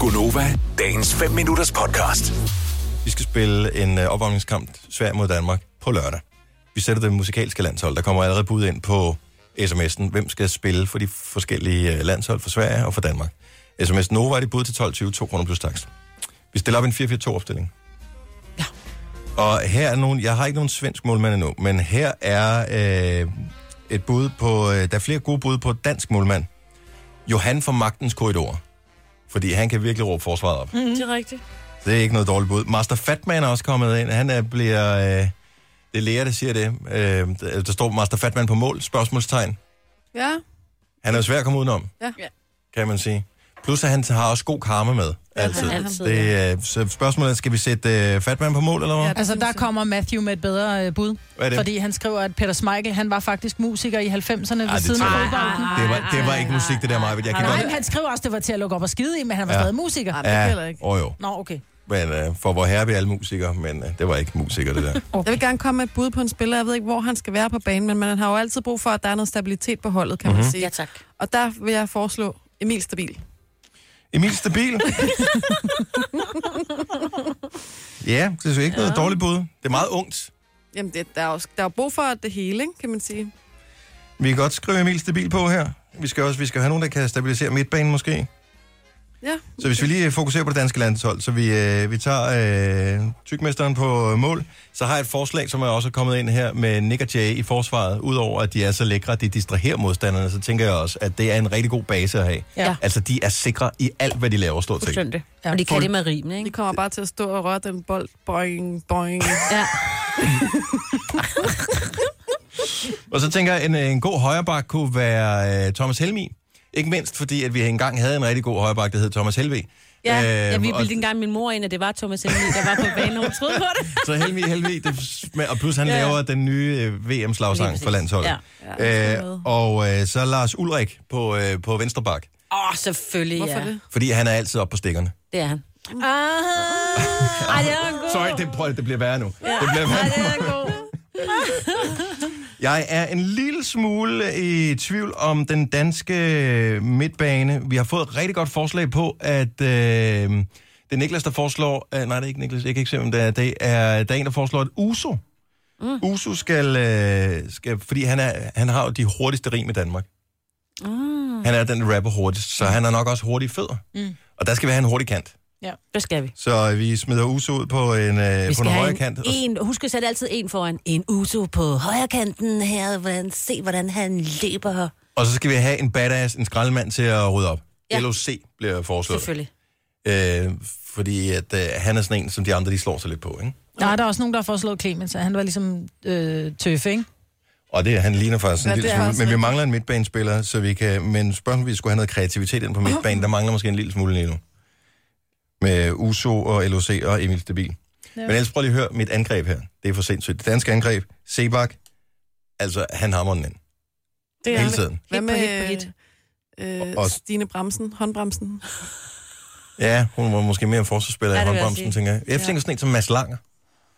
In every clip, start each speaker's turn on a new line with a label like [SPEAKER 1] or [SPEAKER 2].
[SPEAKER 1] Gunova, dagens 5 minutters podcast.
[SPEAKER 2] Vi skal spille en øh, opvarmningskamp Sverige mod Danmark på lørdag. Vi sætter det musikalske landshold. Der kommer allerede bud ind på sms'en. Hvem skal spille for de forskellige øh, landshold for Sverige og for Danmark? SMS Nova er det bud til 12.20, 2 kroner plus tax. Vi stiller op en 4-4-2-opstilling.
[SPEAKER 3] Ja.
[SPEAKER 2] Og her er nogle, jeg har ikke nogen svensk målmand endnu, men her er øh, et bud på, øh, der er flere gode bud på dansk målmand. Johan fra Magtens Korridor. Fordi han kan virkelig råbe forsvaret op.
[SPEAKER 3] Mm. Det er rigtigt.
[SPEAKER 2] Det er ikke noget dårligt bud. Master Fatman er også kommet ind. Han er, bliver... Øh, det er læger, der siger det. Øh, der der står Master Fatman på mål, spørgsmålstegn.
[SPEAKER 4] Ja,
[SPEAKER 2] Han er jo svær at komme udenom,
[SPEAKER 4] ja.
[SPEAKER 2] kan man sige. Plus, at han har også god karma med. Altid.
[SPEAKER 3] altid,
[SPEAKER 2] Det, øh, så spørgsmålet er, skal vi sætte øh, Fatman på mål, eller hvad?
[SPEAKER 4] Ja.
[SPEAKER 2] Ja.
[SPEAKER 5] Altså, der kommer Matthew med et bedre øh, bud.
[SPEAKER 2] Hvad er det?
[SPEAKER 5] Fordi han skriver, at Peter Smeichel, han var faktisk musiker i 90'erne ved
[SPEAKER 2] det
[SPEAKER 5] siden af
[SPEAKER 2] tror jeg ikke.
[SPEAKER 5] fodbolden.
[SPEAKER 2] Det var, det var ikke musik, det der, Maja. Jeg kan
[SPEAKER 5] Ah, Nej, men
[SPEAKER 2] godt...
[SPEAKER 5] han skriver også, at det var til at lukke op og skide i, men han var
[SPEAKER 2] Ja.
[SPEAKER 5] ja. stadig musiker.
[SPEAKER 4] Ej, men det gælder
[SPEAKER 2] Ja,
[SPEAKER 4] ikke.
[SPEAKER 2] åh jo.
[SPEAKER 5] Nå, okay.
[SPEAKER 2] Men øh, for hvor herre vi alle musikere, men øh, det var ikke musikere, det der.
[SPEAKER 4] Jeg vil gerne komme med et bud på en spiller. Jeg ved ikke, hvor han skal være på banen, men man har jo altid brug for, at der er noget stabilitet på holdet, kan mm-hmm.
[SPEAKER 2] Mhm.
[SPEAKER 4] man sige.
[SPEAKER 3] Ja, tak.
[SPEAKER 4] Og der vil jeg foreslå Emil Stabil.
[SPEAKER 2] Emil Stabil. ja, det er jo ikke noget dårligt bud. Det er meget ungt.
[SPEAKER 4] Jamen, det, der, er jo, der er jo brug for det hele, ikke, kan man sige.
[SPEAKER 2] Vi kan godt skrive Emil Stabil på her. Vi skal også vi skal have nogen, der kan stabilisere midtbanen måske.
[SPEAKER 4] Ja,
[SPEAKER 2] Så hvis vi lige øh, fokuserer på det danske landshold, så vi, øh, vi tager øh, tykmesteren på øh, mål, så har jeg et forslag, som er også kommet ind her med Nick og Jay i forsvaret. Udover at de er så lækre, at de distraherer modstanderne, så tænker jeg også, at det er en rigtig god base at have.
[SPEAKER 5] Ja.
[SPEAKER 2] Altså, de er sikre i alt, hvad de laver stort set.
[SPEAKER 3] Fuldstændig. Ja, og de kan det med rimene,
[SPEAKER 4] de
[SPEAKER 3] ikke?
[SPEAKER 4] kommer bare til at stå og røre den bold. Boing, boing.
[SPEAKER 3] Ja.
[SPEAKER 2] Og så tænker jeg, en, øh, en god højreback kunne være øh, Thomas Helmi. Ikke mindst fordi, at vi engang havde en rigtig god højreback, der hed Thomas Helve.
[SPEAKER 3] Ja,
[SPEAKER 2] Øhm,
[SPEAKER 3] jeg
[SPEAKER 2] og-
[SPEAKER 3] bildte engang min mor ind, at det var Thomas Helmi, der var på banen, og hun troede på det.
[SPEAKER 2] Så Helmi, Helmi, det smager, og plus han ja.
[SPEAKER 3] Ja.
[SPEAKER 2] laver den nye øh, VM-slagsang for landsholdet.
[SPEAKER 4] Ja, det
[SPEAKER 2] Ja.
[SPEAKER 4] skal
[SPEAKER 2] Øh,
[SPEAKER 4] med.
[SPEAKER 2] og øh, så Lars Ulrik på, øh, på venstre bak,
[SPEAKER 3] Åh, oh, selvfølgelig,
[SPEAKER 4] Hvorfor
[SPEAKER 3] ja.
[SPEAKER 4] det?
[SPEAKER 2] fordi han er altid oppe på stikkerne.
[SPEAKER 3] Det er han. Ah, ej, det er en god.
[SPEAKER 2] Sorry, det, prøv, det bliver værre nu. Ja. Det bliver
[SPEAKER 3] Ej,
[SPEAKER 2] værre.
[SPEAKER 3] det er en god.
[SPEAKER 2] Jeg er en lille smule i tvivl om den danske øh, midtbane. Vi har fået et rigtig godt forslag på, at øh, det er Niklas, der foreslår... Øh, nej, det er ikke Niklas, jeg kan ikke se, hvem det er. Det er, der er en, der foreslår, at Uso. Mm. Uso skal, øh, skal... Fordi han, er, han har jo de hurtigste rim i Danmark.
[SPEAKER 3] Ah.
[SPEAKER 2] Mm. Han er den rapper hurtigst, så han har nok også hurtige fødder. Mm. Og der skal vi have en hurtig kant.
[SPEAKER 3] Det skal vi.
[SPEAKER 2] Så øh, vi smider Uso ud på en, øh,
[SPEAKER 3] Vi
[SPEAKER 2] på en
[SPEAKER 3] skal have
[SPEAKER 2] højre
[SPEAKER 3] en,
[SPEAKER 2] kant. og-
[SPEAKER 3] en, husk at sætte altid en foran. En Uso på højre kanten her. Hvordan, se, hvordan han løber her.
[SPEAKER 2] Og så skal vi have en badass, en skraldemand til at rydde op. Ja.
[SPEAKER 3] Ja.
[SPEAKER 2] LOC bliver foreslået.
[SPEAKER 3] Selvfølgelig.
[SPEAKER 2] Øh, fordi at, øh, han er sådan en, som de andre de slår sig lidt på. Ikke?
[SPEAKER 5] Der er der også nogen, der har foreslået Clemens, at han var ligesom øh, tøf, ikke?
[SPEAKER 2] Og det, han ligner faktisk en
[SPEAKER 4] Ja,
[SPEAKER 2] ja, lille
[SPEAKER 4] det er
[SPEAKER 2] smule.
[SPEAKER 4] også
[SPEAKER 2] Men vi
[SPEAKER 4] rigtigt.
[SPEAKER 2] mangler en midtbanespiller, så vi kan... Men spørgsmålet, om vi skulle have noget kreativitet ind på midtbanen. Der mangler måske en lille smule lige nu. Med Uso og LOC og Emil Stabil. Ja. Men ellers prøv lige at høre mit angreb her. Det er for sindssygt. Det danske angreb, Sebak, altså han hammer den ind.
[SPEAKER 4] Det
[SPEAKER 2] Hele tiden.
[SPEAKER 4] Hvad
[SPEAKER 3] Hit på hit på hit.
[SPEAKER 4] med øh,
[SPEAKER 2] Og-
[SPEAKER 4] øh, Stine Bremsen, håndbremsen?
[SPEAKER 2] Ja, hun var måske mere en forsvarsspiller
[SPEAKER 3] Ja,
[SPEAKER 2] i
[SPEAKER 3] det vil jeg
[SPEAKER 2] håndbremsen,
[SPEAKER 3] sige.
[SPEAKER 2] tænker jeg. Jeg
[SPEAKER 4] Ja.
[SPEAKER 2] tænker sådan en som Mads Langer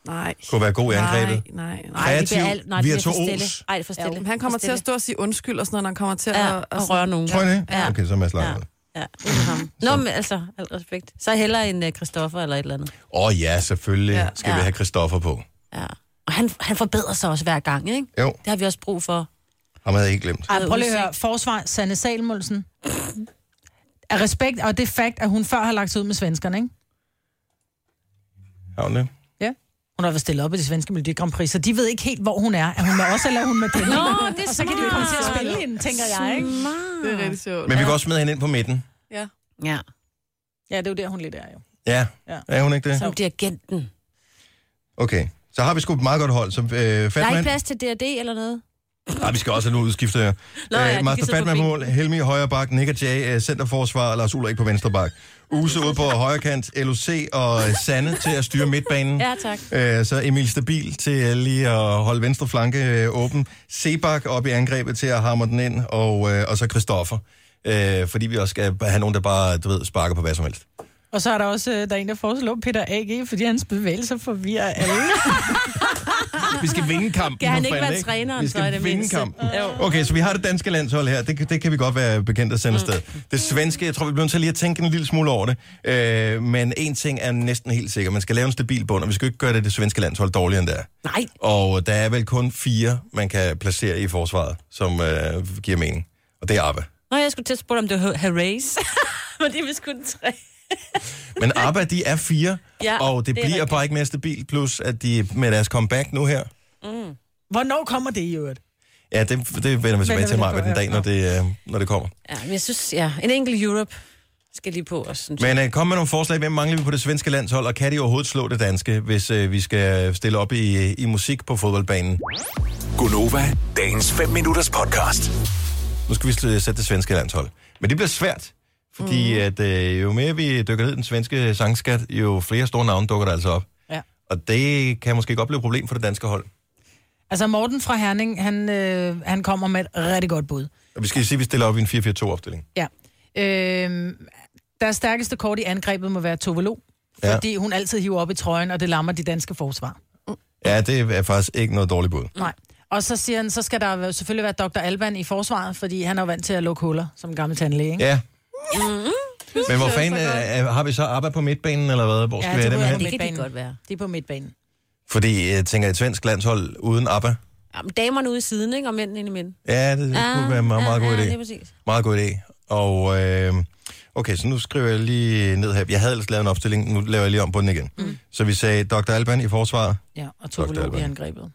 [SPEAKER 4] Nej.
[SPEAKER 2] kunne være god i angrebet.
[SPEAKER 4] Nej, nej, nej.
[SPEAKER 3] Ej, de
[SPEAKER 2] Kreativ,
[SPEAKER 3] bliver alt- nej, de bliver for
[SPEAKER 2] virtuos.
[SPEAKER 3] stille. Ej, det er for stille.
[SPEAKER 4] Men han kommer til at stå og sige undskyld og sådan noget, når han kommer til
[SPEAKER 3] Ja,
[SPEAKER 4] at...
[SPEAKER 3] og røre nogen.
[SPEAKER 2] Tror I det?
[SPEAKER 3] Ja.
[SPEAKER 2] Okay, så er Mads Lange.
[SPEAKER 3] Ja.
[SPEAKER 2] med.
[SPEAKER 3] Ja, det er ham. Nå, men altså, alt respekt. Så hellere en uh, Christoffer eller et eller andet.
[SPEAKER 2] Åh oh, ja, selvfølgelig ja.
[SPEAKER 4] Ja.
[SPEAKER 2] skal vi
[SPEAKER 3] Ja.
[SPEAKER 2] have Christoffer på.
[SPEAKER 3] Ja. Og han, han forbedrer sig også hver gang, ikke?
[SPEAKER 2] Jo,
[SPEAKER 3] Det har vi også brug for.
[SPEAKER 2] ham havde jeg ikke glemt.
[SPEAKER 5] Ej,
[SPEAKER 3] Noget
[SPEAKER 5] prøv lige at
[SPEAKER 3] udsigt.
[SPEAKER 5] høre. Forsvar, Sanne Salmulsen. Af respekt, og det fakt, at hun før har lagt sig ud med svenskerne, ikke?
[SPEAKER 2] Har hun det?
[SPEAKER 5] Ja. Hun har været stillet op i det svenske Melodi Grand Prix, så de ved ikke helt, hvor hun er. Er hun med os, eller er hun med dem?
[SPEAKER 3] Nå, det er
[SPEAKER 5] og så kan de jo komme til at spille hende, tænker jeg, ikke?
[SPEAKER 4] Det er rigtig sjovt.
[SPEAKER 2] Men vi kan også smide hende ind på midten.
[SPEAKER 4] Ja.
[SPEAKER 3] Ja.
[SPEAKER 5] Ja, det er jo der, hun lidt er, jo.
[SPEAKER 2] Ja,
[SPEAKER 5] Ja.
[SPEAKER 2] er hun ikke det?
[SPEAKER 3] Som dirigenten.
[SPEAKER 2] Okay, så har vi sgu et meget godt hold. Så, øh,
[SPEAKER 3] Der er ikke
[SPEAKER 2] Fatman,
[SPEAKER 3] plads til D&D eller noget?
[SPEAKER 2] Nej, vi skal også have nogle udskifter her.
[SPEAKER 3] Nå ja, de
[SPEAKER 2] Øh,
[SPEAKER 3] kan
[SPEAKER 2] Master
[SPEAKER 3] sidde på
[SPEAKER 2] Fatman på
[SPEAKER 3] bænken.
[SPEAKER 2] mål, Helmi i højre bak, Nick og Jay, øh, centerforsvar, Lars Ulrik på venstre bak. Use ude på højre kant, LOC og øh, Sanne til at styre midtbanen.
[SPEAKER 3] Ja, tak.
[SPEAKER 2] Øh, så Emil Stabil til øh, lige at holde venstre flanke øh, åben. Sebak op i angrebet til at hamre den ind, og, øh, og så Christoffer. Øh, fordi vi også skal have nogen, der bare du ved, sparker på hvad som helst.
[SPEAKER 5] Og så er der også øh, der er en, der foreslår Peter A.G., fordi hans bevægelser forvirrer alle.
[SPEAKER 2] vi skal vinde kampen.
[SPEAKER 3] Kan
[SPEAKER 2] for
[SPEAKER 3] han ikke
[SPEAKER 2] fanden,
[SPEAKER 3] være træneren,
[SPEAKER 2] Vi
[SPEAKER 3] så er
[SPEAKER 2] skal
[SPEAKER 3] det
[SPEAKER 2] vinde
[SPEAKER 3] mindste.
[SPEAKER 2] kampen.
[SPEAKER 3] Jo.
[SPEAKER 2] Okay, så vi har det danske landshold her. Det, kan- det kan vi godt være bekendt at sende afsted. Det svenske, jeg tror, vi bliver nødt til lige at tænke en lille smule over det. Øh, men en ting er næsten helt sikker. Man skal lave en stabil bund, og vi skal jo ikke gøre det, det svenske landshold dårligere end det er.
[SPEAKER 3] Nej,
[SPEAKER 2] Og der er vel kun fire, man kan placere i forsvaret, som øh, giver mening. Og det er ABBA.
[SPEAKER 3] Nå, jeg skulle til at spørge, om det var Harris. Men det er vist kun tre.
[SPEAKER 2] Men ABBA, de er fire,
[SPEAKER 3] Ja,
[SPEAKER 2] og det,
[SPEAKER 3] det
[SPEAKER 2] det
[SPEAKER 3] er
[SPEAKER 2] bliver
[SPEAKER 3] rigtigt.
[SPEAKER 2] bare ikke mere stabilt, plus at de med deres comeback nu her.
[SPEAKER 5] Hvornår kommer det i øvrigt?
[SPEAKER 2] Ja, det, det vender vi tilbage
[SPEAKER 5] vi
[SPEAKER 2] til
[SPEAKER 5] lidt
[SPEAKER 2] mig
[SPEAKER 5] på,
[SPEAKER 2] ved den
[SPEAKER 5] ja.
[SPEAKER 2] dag, når det, øh, når det kommer.
[SPEAKER 3] Ja, men jeg synes, ja, en enkelt Europe skal lige på os, synes jeg.
[SPEAKER 2] Men øh, kom med nogle forslag. Hvem mangler vi på det svenske landshold, og kan de overhovedet slå det danske, hvis øh, vi skal stille op i, i musik på fodboldbanen?
[SPEAKER 1] Gunova, dagens 5 minutters podcast.
[SPEAKER 2] Nu skal vi sl- øh, sætte det svenske landshold. Men det bliver svært, fordi mm. at, øh, jo mere vi dykker ned i den svenske sangskat, jo flere store navne dukker der altså op.
[SPEAKER 5] Ja.
[SPEAKER 2] Og det kan måske godt blive et problem for det danske hold.
[SPEAKER 5] Altså Morten fra Herning, han, øh, han kommer med et rigtig godt bud.
[SPEAKER 2] Og vi skal sige, at vi stiller op i en 4-4-2-opstilling.
[SPEAKER 5] Ja. Øh, deres stærkeste kort i angrebet må være Tovelo,
[SPEAKER 2] Ja.
[SPEAKER 5] fordi hun altid hiver op i trøjen, og det lammer de danske forsvar.
[SPEAKER 2] Ja, det er faktisk ikke noget dårligt bud.
[SPEAKER 5] Nej. Og så siger han, så skal der jo selvfølgelig være Dr. Alban i forsvaret, fordi han er jo vant til at lukke huller som gammel tandlæge. Ikke?
[SPEAKER 2] Ja.
[SPEAKER 5] Mm-hmm.
[SPEAKER 2] Men hvor fanden øh, har vi så arbejde på midtbanen, eller hvad? Hvor skal
[SPEAKER 5] altså Ja,
[SPEAKER 2] ja, vi have dem
[SPEAKER 5] det ved jeg
[SPEAKER 2] hen?
[SPEAKER 5] ikke.
[SPEAKER 3] det kan
[SPEAKER 5] midtbanen.
[SPEAKER 3] de godt være.
[SPEAKER 5] Det er på midtbanen.
[SPEAKER 2] Fordi øh, jeg tænker, et svensk landshold uden ABBA,
[SPEAKER 3] Ja, men damerne ude i siden, ikke? Og mændene ind i midten.
[SPEAKER 2] ja, det, det kunne være en meget, meget god idé.
[SPEAKER 3] ja, Ja, Ah, det er præcis.
[SPEAKER 2] Meget god idé. Og øh, okay, så nu skriver jeg lige ned her. Jeg havde ellers lavet en opstilling, nu laver jeg lige om på den igen. Mm. Så vi sagde Dr. Alban i forsvaret.
[SPEAKER 5] Ja, og
[SPEAKER 2] Dr.
[SPEAKER 5] Tovelo
[SPEAKER 2] Alban.
[SPEAKER 5] i angrebet.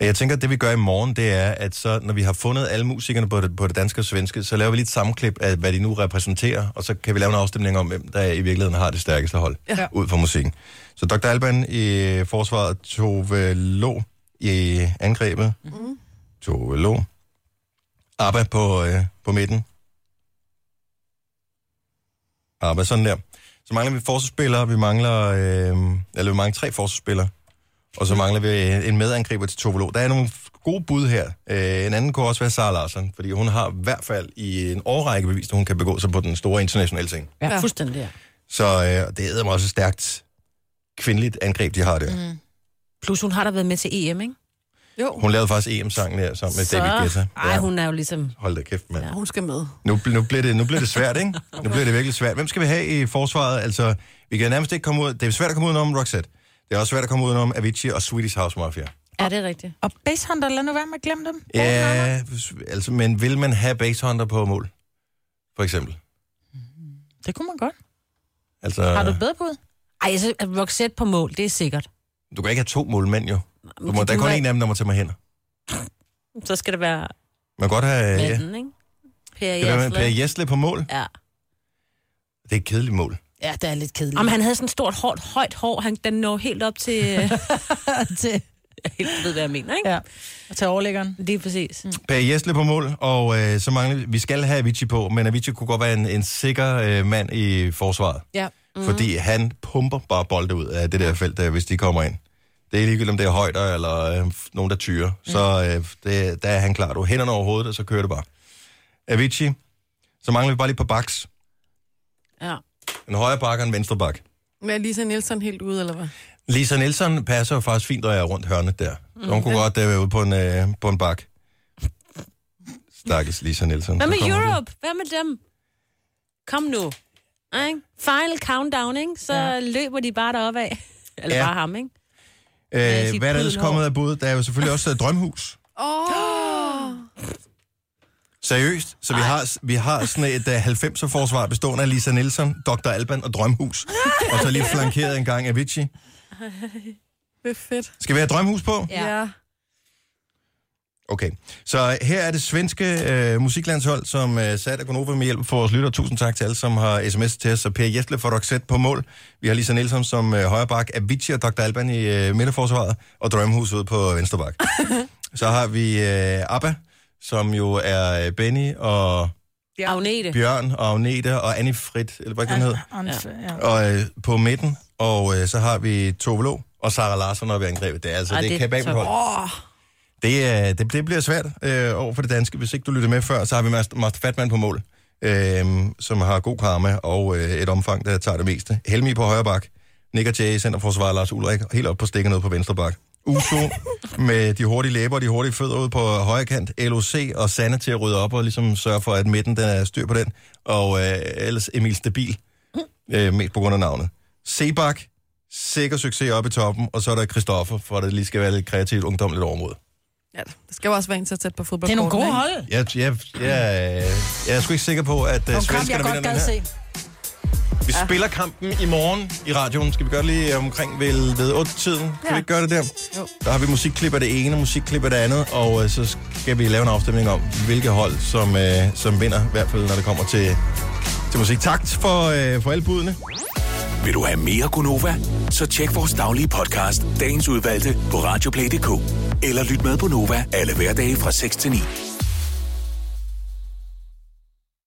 [SPEAKER 2] Jeg tænker, at det vi gør i morgen, det er, at så, når vi har fundet alle musikerne på det, på det danske og svenske, så laver vi lige et sammenklip af, hvad de nu repræsenterer, og så kan vi lave en afstemning om, hvem der i virkeligheden har det stærkeste hold ja. ud fra musikken. Så Dr. Alban i forsvaret, Tove Lo i angrebet, mm.
[SPEAKER 3] Mhm.
[SPEAKER 2] Tove Lo, Abba på, øh, på midten, Abba, sådan der. Så mangler vi forsvarsspillere, vi mangler, øh, eller vi mangler tre forsvarsspillere. Og så mangler vi øh, en medangriber til Tovolo. Der er nogle gode bud her. Øh, en anden kunne også være Sara Larsen, fordi hun har i hvert fald i en årrække bevist, at hun kan begå sig på den store internationale scene.
[SPEAKER 3] Ja. Fuldstændig, ja.
[SPEAKER 2] Så øh, det er mig også et stærkt kvindeligt angreb, de har der. Mm.
[SPEAKER 3] Plus, hun har da været med til EM, ikke?
[SPEAKER 4] Jo,
[SPEAKER 2] Hun lavede faktisk EM-sangen der sammen med så... David Guetta.
[SPEAKER 3] Ej, hun er jo ligesom...
[SPEAKER 2] Hold da kæft, mand. Ja.
[SPEAKER 4] hun skal med.
[SPEAKER 2] Nu, bl- nu, bliver det, nu bliver det svært, ikke? Nu bliver det virkelig svært. Hvem skal vi have i forsvaret? Altså, vi kan nærmest ikke komme ud... Det er svært at komme udenom Roxette. Det er også svært at komme udenom Avicii og Swedish House Mafia.
[SPEAKER 3] Er det rigtigt?
[SPEAKER 5] Og Basehunter, lad nu være med at glemme dem.
[SPEAKER 2] Ja, altså, men vil man have basehunter på mål? For eksempel.
[SPEAKER 5] Det kunne man godt.
[SPEAKER 2] Altså,
[SPEAKER 5] Har du et bedre bud?
[SPEAKER 3] Ej, så er Roxette på mål, det er sikkert.
[SPEAKER 2] du kan ikke have to målmænd, jo. Du
[SPEAKER 3] Men
[SPEAKER 2] må,
[SPEAKER 3] det
[SPEAKER 2] der er kun
[SPEAKER 3] kunne
[SPEAKER 2] en af dem, der må tage mig hen.
[SPEAKER 3] være- Så skal det være
[SPEAKER 2] Man kan godt have ja.
[SPEAKER 3] manden, ikke? Per
[SPEAKER 2] Skal det være med Per
[SPEAKER 3] Jasle.
[SPEAKER 2] Jesle på mål.
[SPEAKER 3] Ja.
[SPEAKER 2] Det er et kedeligt mål.
[SPEAKER 5] Ja, det er lidt kedeligt.
[SPEAKER 3] Om han havde sådan et stort, hårdt, højt hår, han, den når helt op til...
[SPEAKER 5] altså, til,
[SPEAKER 3] jeg helt ved, hvad jeg mener, ikke?
[SPEAKER 5] ja, til overlæggeren.
[SPEAKER 3] Det er præcis. Mm.
[SPEAKER 2] Per Jesle på mål, og øh, så mangler vi... Vi skal have Avicii på, men Avicii kunne godt være en, en sikker øh, mand i forsvaret.
[SPEAKER 5] Ja.
[SPEAKER 3] Mhm.
[SPEAKER 2] Mm. Fordi han pumper bare bolde ud af det der felt, øh, hvis de kommer ind. Det er ligegyldigt, om det er højder eller øh, f- nogen, der tyrer. Mm. Så øh, det, der er han klar. Du har hænderne over hovedet, og så kører det bare. Avicii. Så mangler vi bare lige på baks.
[SPEAKER 3] Ja.
[SPEAKER 2] En højre bak og en venstre bak.
[SPEAKER 4] Men er Lisa Nielsen helt ude, eller hvad?
[SPEAKER 2] Lisa Nielsen passer jo faktisk fint, når jeg er rundt hørnet der. Mm. Hun kunne godt øh, være ude på en, øh, på en bak. Stakkes Lisa Nielsen.
[SPEAKER 3] Hvad
[SPEAKER 2] Så
[SPEAKER 3] med
[SPEAKER 2] kommer hun.
[SPEAKER 3] Europe? Hvad med dem? Kom nu. Ej, Ikke? Final countdown, ikke? Så ja.
[SPEAKER 5] Ja.
[SPEAKER 3] løber de bare deroppe af. Eller
[SPEAKER 2] Ja.
[SPEAKER 3] ja. bare ham, ikke? Ja,
[SPEAKER 2] Øh,
[SPEAKER 3] sit
[SPEAKER 2] hvad er der ellers
[SPEAKER 3] puddelhår.
[SPEAKER 2] kommet af bud? Der er jo selvfølgelig også øh, Drømhus.
[SPEAKER 4] Åh! Oh.
[SPEAKER 2] Seriøst? Så vi har, vi har sådan et uh, 90'er-forsvar bestående af Lisa Nielsen, Dr. Alban og Drømhus. Og så lige flankeret en gang af Avicii.
[SPEAKER 4] Det er fedt.
[SPEAKER 2] Skal vi have Drømhus på?
[SPEAKER 3] Ja.
[SPEAKER 2] Okay. Så her er det svenske øh, musiklandshold, som øh, satte Gonova med hjælp for vores lytter. Tusind tak til alle, som har sms til os. Så Per Jesle for Roxette på mål. Vi har Lisa Nielsen som øh, højre bak, Avicii og Dr. Alban i øh, midterforsvaret, og Drømhus ude på venstre bak. så har vi øh, Abba, som jo er øh, Benny og
[SPEAKER 3] Ja. Agnete.
[SPEAKER 2] Bjørn og Agnete og Annie Frit, eller hvad kan hun hedder?
[SPEAKER 5] Ja.
[SPEAKER 2] og øh, på midten, og øh, så har vi Tove Lo og Sara Larsson oppe i angrebet. Det er altså,
[SPEAKER 3] Ej,
[SPEAKER 2] det, det
[SPEAKER 3] det
[SPEAKER 2] er
[SPEAKER 3] er
[SPEAKER 2] kababelhold. Det, er, det, det bliver svært øh, over for det danske. Hvis ikke du lytter med før, så har vi Mas- Master Fatman på mål, øhm, øh, som har god karma og øh, et omfang, der tager det meste. Helmi på højre bak, Nick og Jay, centerforsvarer Lars Ulrik, helt op på stikken ned på venstre bak. Uso med de hurtige læber og de hurtige fødder ud på højre kant. LOC og Sanne til at rydde op og ligesom sørge for, at midten den er styr på den. Og øh, ellers Emil Stabil,
[SPEAKER 3] Mm.
[SPEAKER 2] øh, mest på grund af navnet. Sebak, sikker succes oppe i toppen. Og så er der Christoffer, for at det lige skal være lidt kreativt ungdomligt overmod.
[SPEAKER 4] Ja, det skal jo også være en så tæt på fodbold.
[SPEAKER 5] Det er nogle gode hold.
[SPEAKER 2] Jeg, jeg, jeg, jeg, jeg er sgu ikke sikker på, at uh,
[SPEAKER 5] Nogle kamp, jeg
[SPEAKER 2] svenskerne vinder
[SPEAKER 5] godt
[SPEAKER 2] den
[SPEAKER 5] gad
[SPEAKER 2] her.
[SPEAKER 5] se.
[SPEAKER 2] Vi ja. spiller kampen i morgen i radioen. Skal vi gøre det lige øh, omkring ved, ved 8-tiden? Kan ja. vi
[SPEAKER 4] Ja.
[SPEAKER 2] ikke gøre det der?
[SPEAKER 4] Jo.
[SPEAKER 2] Der har vi musikklip af det ene, musikklip af det andet, og øh, så skal vi lave en afstemning om, hvilke hold, som, øh, som vinder, i hvert fald når det kommer til, til musik. Tak for, øh, for alle budene.
[SPEAKER 1] Vil du have mere Gunova? Så tjek vores daglige podcast, dagens udvalgte, på radioplay.dk. Eller lyt med på Nova alle hverdage fra 6 til 9.